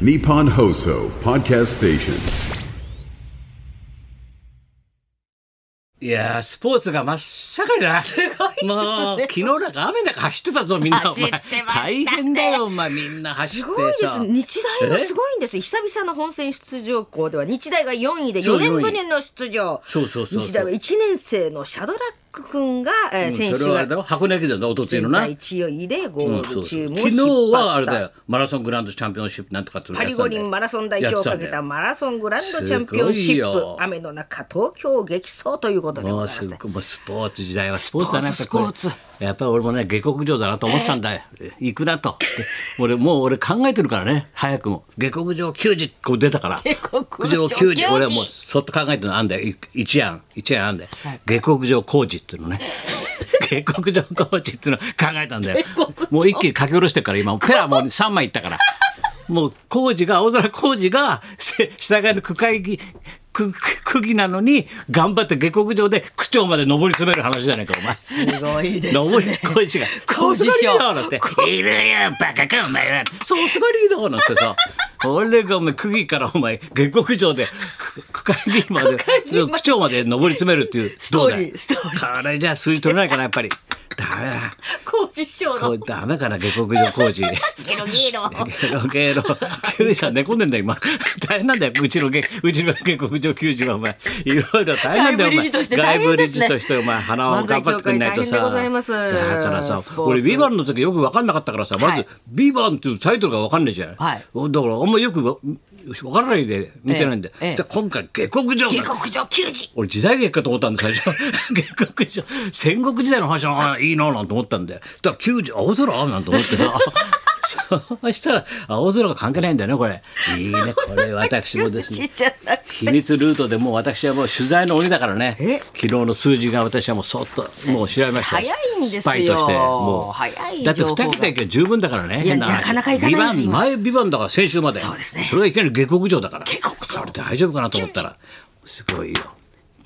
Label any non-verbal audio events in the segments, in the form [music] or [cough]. Nippon Hoso Podcast Station. いやー、スポーツが真っ盛りだな。すごいですねもう、昨日なんか雨なんか走ってたぞ、みんな。お前走ってました大ね変だよ、お前。みんな走っすてごいですさ。日大はすごいんです久々の本戦出場校では日大が4位でそう4年ぶりの出場そうそうそうそう日大は1年生のシャドラック君が、えー選そ手れはあがれだろ箱根駅伝だ、おとつい全のな。体1位でゴうんーそうルそチうームを昨日引っ張ったはあれだよ、マラソングランドチャンピオンシップなんとかっていうのパやっリてた五んだよ輪マラソン代表をかけやたってマラソングランドチャンピオンシすごいッよプ雨の中東京を激走ということたんだでよもうございますすごいもうスポーツ時代はスポーツだなスポーツやっぱりこれやっぱり俺もね下克上だなと思ってたんだよ、行くなとで俺もう俺考えてるからね早くも下克上球児こう出たから下克上上球児球児俺はもうそっと考えてるのあんだよい一案一案あんだよ、下克上工事っていうのね下克上工事っていうの考えたんだよもう一気に書き下ろしてるから今ペラはもう3枚いったから。もう工事が青空工事がせ下側の区会議区区区議なのに頑張って下克上で区長まで上り詰める話じゃないかお前。すごいですね上り工 [laughs] 事が「ソースがリーダー」なんて工「いるよバカかお前はソースがリーダー」なんて [laughs] さ俺がお前区議からお前下克上で区区会議員まで会議員まで区長まで上り詰めるっていうストーリーストーリこれじゃあ数字取れないかなやっぱり。ダメだ工事師匠このうダメかな下克上工事。ゲロゲロゲロゲロ。球児さん寝込んでんだよ今。 [laughs] 大変なんだよ。うちのゲ、うちの下克上球児はお前、いろいろ大変なんだよお前。外部理事として大外部変ですね理事としてお前、鼻を頑張ってくんないと漫才協会大変さ。でございますだからさス、ポーツ俺ビバンの時よく分かんなかったからさ、まはずいビバンっていうタイトルが分かんないじゃん。はいだからあんまよくわ分からないで見てないんだよ。ええええで今回下克上。下克上球児俺時代劇かと思った [laughs] んで最初下克上戦国時代の話のあいいななんて思ったんでだから90青空なんて思ってさそうしたら青空が関係ないんだよねこれいいねこれ私もです球ね児じゃなくて秘密ルートでもう私はもう取材の鬼だからねえ昨日の数字が私はもうそっともう調べました早いんですよスパイとしてもう早いだって情報が2桁いけば十分だからねいや変話なかなかいかないですビバン今前ビバンだから先週までそうですねそれがいきなり下克上だから下克上これ大丈夫かなと思ったらすごいよ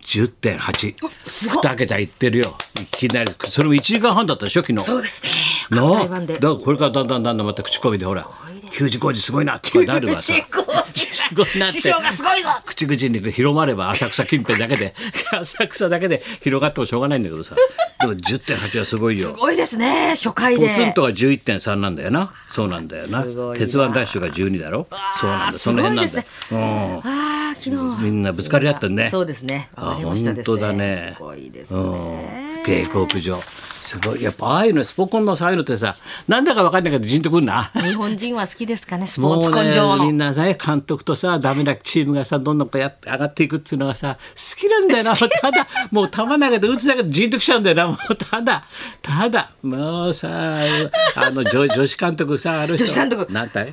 10.8すごい2桁いってるよいきなりそれも1時間半だったでしょ昨日そうですねな拡あ大版だでからこれからだんだんだんだんまた口コミでほら給仕工事すごいなとかなるわさ球児工事すごいなって師匠がすごいぞ口々に広まれば浅草近辺だけで [laughs] 浅草だけで広がってもしょうがないんだけどさでも10.8はすごいよすごいですね初回ポでツンとが11.3なんだよなそうなんだよなすごいな鉄腕ダッシュが12だろそうなんだすそのご辺ないでんすだねよああ昨日はみんなぶつかり合ってんねそうですねあわかりましたです本ね当だねすごいですうんね下克上すごいやっぱああいうのスポコンのさああいうのってさなんだかわかんないけどじんとくんな日本人は好きですかねスポもうーツ根性ね、みんのなさ監督とさダメなチームがさどんどんこうやって上がっていくっていうのがさ好きなんだよ [laughs] なただもう球投げて打つだけでじんときちゃうんだよなもうただただもうさあの女女子監督さあの人女子監督なんだい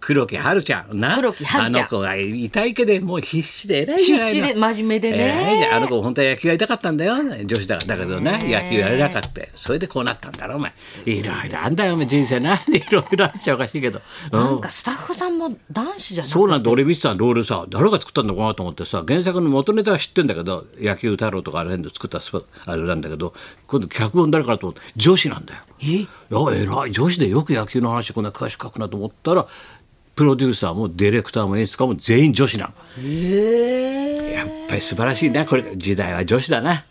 黒木春ちゃんな黒木あ華ちゃんの子が痛いけでもう必死で偉いじゃ必ないの死で真面目でええじゃああねの子本当は野球やりたかったんだよ女子だからだけどね野球やれなかったよそれでこうなったんだろお前いろいろあんだよお前人生な [laughs] いろいろあっちゃおかしいけど、うんなんかスタッフさんも男子じゃなくてそうなんだ俺見てたロールさ誰が作ったんだろうなと思ってさ原作の元ネタは知ってんだけど野球太郎とかあれ辺で作ったスパあれなんだけど今度脚本誰かなと思って女子なんだよ。いや偉い女子でよく野球の話こんな詳しく書くなと思ったらプロデューサーもディレクターも演出家も全員女子なの。へえやっぱり素晴らしいなこれ時代は女子だな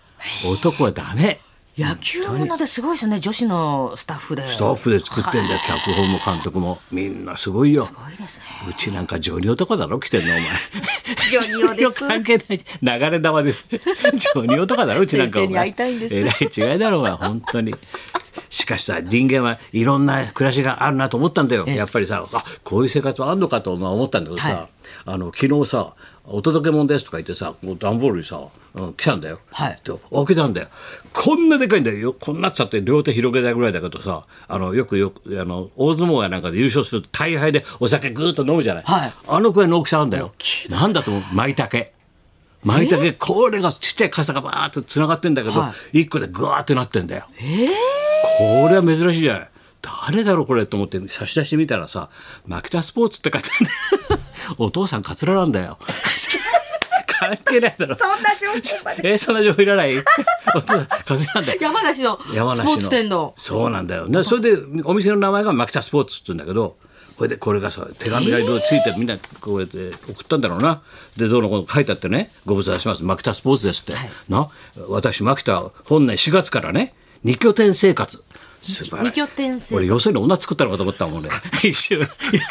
男はダメ野球ものですごいですね女子のスタッフでスタッフで作ってんだよ脚本も監督もみんなすごいよすごいですねうちなんかジョニ男だろ来てんのお前ジョニ男でジョすニ男関係ない流れ玉 [laughs] でジョニ男だろうちなんかお先生に会前いたいんですえらい違いだろお前本当にしかしさ人間はいろんな暮らしがあるなと思ったんだよやっぱりさあこういう生活はあんのかとまあ思ったんだけどさ、はいあの昨日さ「お届け物です」とか言ってさこう段ボールにさ、うん、来たんだよ、はいって開けたんだよこんなでかいんだよよこんなっつったって両手広げたいぐらいだけどさあのよくよくあの大相撲やなんかで優勝すると大敗でお酒ぐーっと飲むじゃない、はいあのくらいの大きさなんだよ、なんだと思う舞茸舞茸これがちっちゃい傘がバーっとつながってんだけど、は一個でグワーってなってんだよ、これは珍しいじゃない誰だろうこれと思って差し出してみたらさ「マキタスポーツ」って書いてある [laughs] お父さんカツラなんだよ関係ないだろそんな状況までえー、そんな情報いらない [laughs] お父さんカツラなんだよ [laughs] 山梨の山ス梨ポのーツ店のそうなんだよねそれでお店の名前がマキタスポーツって言うんだけどそれでこれがさ手紙がいろいろついてみんなこうやって送ったんだろうなでどうのこうの書いてあってね「ご無沙汰します牧田スポーツです」って、な私牧田本年4月からね二拠点生活素晴らしい二拠点生活俺よそに女作ったのかと思ったもんね一瞬よ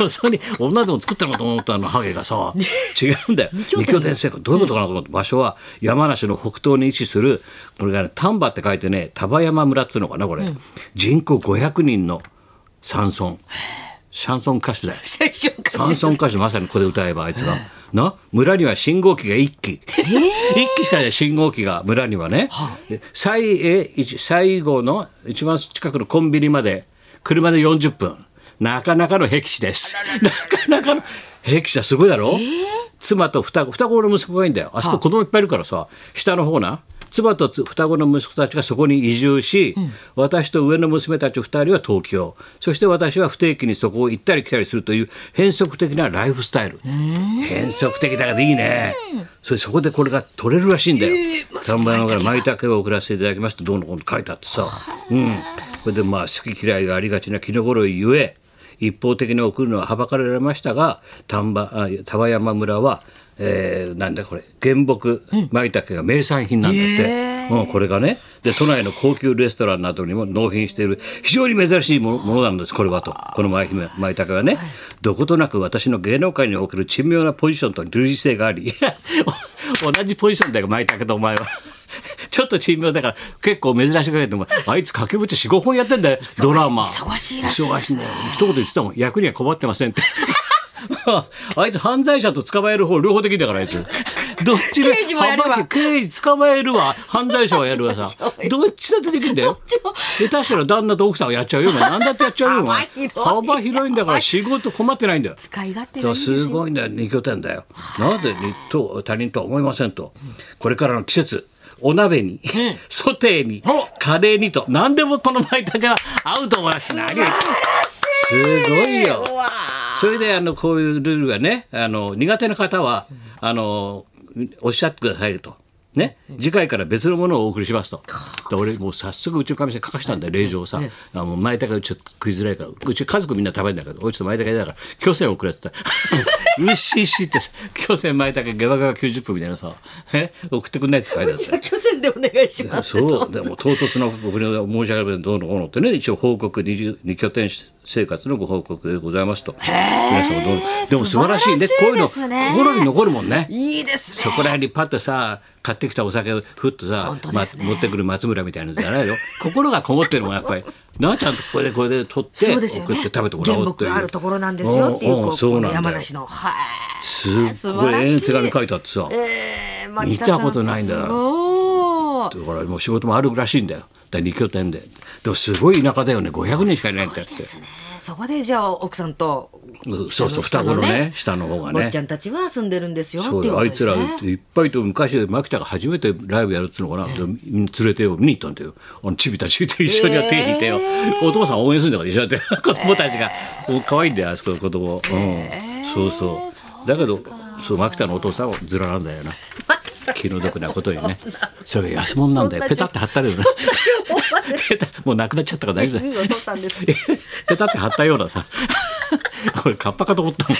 そに女でも作ったのかと思ったあのハゲがさ違うんだよ拠点二拠点生活どういうことかなと思って場所は山梨の北東に位置するこれがね丹波って書いてね丹波山村っつうのかなこれ、人口500人の山村シャンソン歌手だよ最初かシャンソン歌手まさにここで歌えばあいつが。な村には信号機が1機、一機しかない信号機が村にはね、で最え一最後の一番近くのコンビニまで車で40分なかなかの僻地ですなかなかの僻地だすごいだろ、妻と双子双子の息子がいいんだよあそこ子供いっぱいいるからさ下の方な妻とつ双子の息子たちがそこに移住し、私と上の娘たち2人は東京そして私は不定期にそこを行ったり来たりするという変則的なライフスタイル変則的だからいいねそれそこでこれが取れるらしいんだよ3番から舞茸を送らせていただきましたどうのこうの書いてあってさ、うん、それでまあ好き嫌いがありがちな気の頃ゆえ一方的に送るのははばかられましたが丹波あ丹波山村は、えーなんだこれ原木舞茸が名産品なんだって、うん、これがねで都内の高級レストランなどにも納品している非常に珍しいものものなんですこれはとこの舞姫舞茸はね、どことなく私の芸能界における珍妙なポジションと類似性があり [laughs] 同じポジションだよ舞茸とお前は。 [laughs] ちょっと珍妙だから結構珍しくないと思うあいつ掛け持ち45本やってんだよドラマ忙しいらしいですね忙しいね一言言ってたもん役には困ってませんって [laughs] あいつ犯罪者と捕まえる方両方できんだからあいつどっちで刑事もやるわ幅広い刑事捕まえるわ犯罪者はやるわさどっちだってできんだよちも下手したら旦那と奥さんはやっちゃうよお前何だってやっちゃうよお前幅広い幅広いんだから仕事困ってないんだよ使い勝手だがかいらいですすよごいね二拠点だよ。なぜにと他人とは思いませんと、これからの季節お鍋に、ソテーにカレーにと何でもこの舞茸は合うと思います。何を言ってすごいよ。それであのこういうルールがねあの苦手な方はあのおっしゃってくださいと。ね、次回から別のものをお送りしますと。で俺もう早速うちのかみさんに書かしたんだよ令状をさ。あもう舞茸ちょっと食いづらいからうち家族みんな食べるんだけど俺ちょっと舞茸だから巨船送れって言った。 [laughs] うっしーしーってさ巨船舞茸ゲバゲバ90分みたいなさえ送ってくんないって書いてあった。じゃあ巨船でお願いしますそうでも唐突な僕に申し上げればどうのこうのってね一応報告二十二拠点生活のご報告でございますと皆様どうでも素晴らしいね素こ晴ういうらのしいですね心に残るもんねいいですそこら辺にパッとさ買ってきたお酒をふっとさ、当まですね持ってくる松村みたいなのじゃないよ心がこもってるもんやっぱりなちゃんとこれでこれで取ってそう送っですよねて食べてもら原おうって木いうがあるところなんですよっていうんこんうそうなんだよ山梨のはいすっごいええ手紙書いてあってさ、えーまあ見たことないんだよ北さすごいだからもう仕事もあるらしいんだよだから二拠点ででもすごい田舎だよね500人しかいないんだって。えーそこでじゃあ奥さんとうんそうそう双子のね下の方がね坊ちゃんたちは住んでるんですよっていそううだこあといでつすらねいっぱいと昔牧田が初めてライブやるっつうのかな、でみんな連れてよ見に行ったんだよあのチビたちと一緒にやって手引いてよ、お父さん応援するんだから一緒にやって子供たちが、お可愛いんだよあそこの子供、うん、そうそうだけどそう牧田のお父さんはズラなんだよな気の毒なことにねそれが安物なんだよそんなペタって貼ったるよなペタもうなくなっちゃったから大丈夫だいいお父さんですね [laughs] ペタって貼ったようなさ [laughs] これカッパかと思ったもん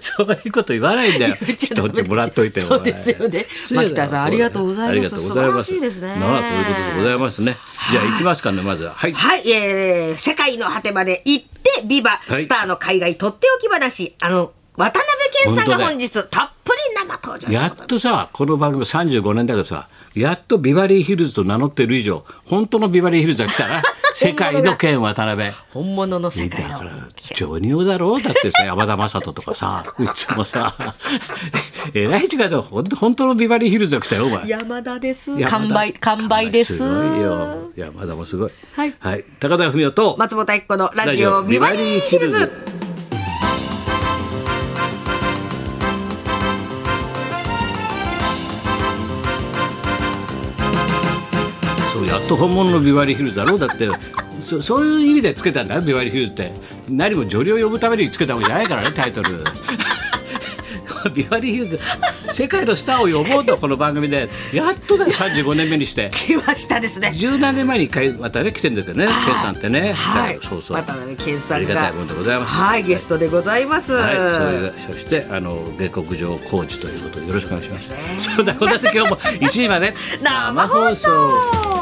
そういうこと言わないん [laughs] だよ人んちもらっといてそうですよね失礼だよ牧田さんありがとうございますありがとうございます素晴らしいですねなあということでございますねじゃあ行きますかねまずははいはい、えー、世界の果てまで行って、ビバ、いスターの海外とっておき話、あの、渡辺謙さんが本日、たっぷり生登場というやこっとで。とさこの番組35年だけどさやっとビバリーヒルズと名乗ってる以上本当のビバリーヒルズが来た [laughs] な世界の剣渡辺本物の世界だのか。らジョニオだろうだってさ山田雅人とかさうちもさ [laughs] えらい違いだほんと本当のビバリーヒルズが来たよお前山田です。山田完売、完売です。すごいよ山田もすごいはい高田文夫と松本明子のラジオビバリーヒルズ。そうやっと本物のビバリーヒルズだろうだってそそういう意味でつけたんだよビバリーヒルズって何も女流を呼ぶためにつけたわけじゃないからねタイトル [laughs] ビバリーヒルズ世界のスターを呼ぼうとこの番組でやっとだよ35年目にして来ましたですね。十何年前に一回またね来てんだけどね健さんってねはだいからそうそう渡辺謙さあんりがたがいもんでございますはいゲストでございます。はい、そういうそしてあの下克上コーチということでよろしくお願いします。そそうですねんなこんなで今日も1時まで生放送。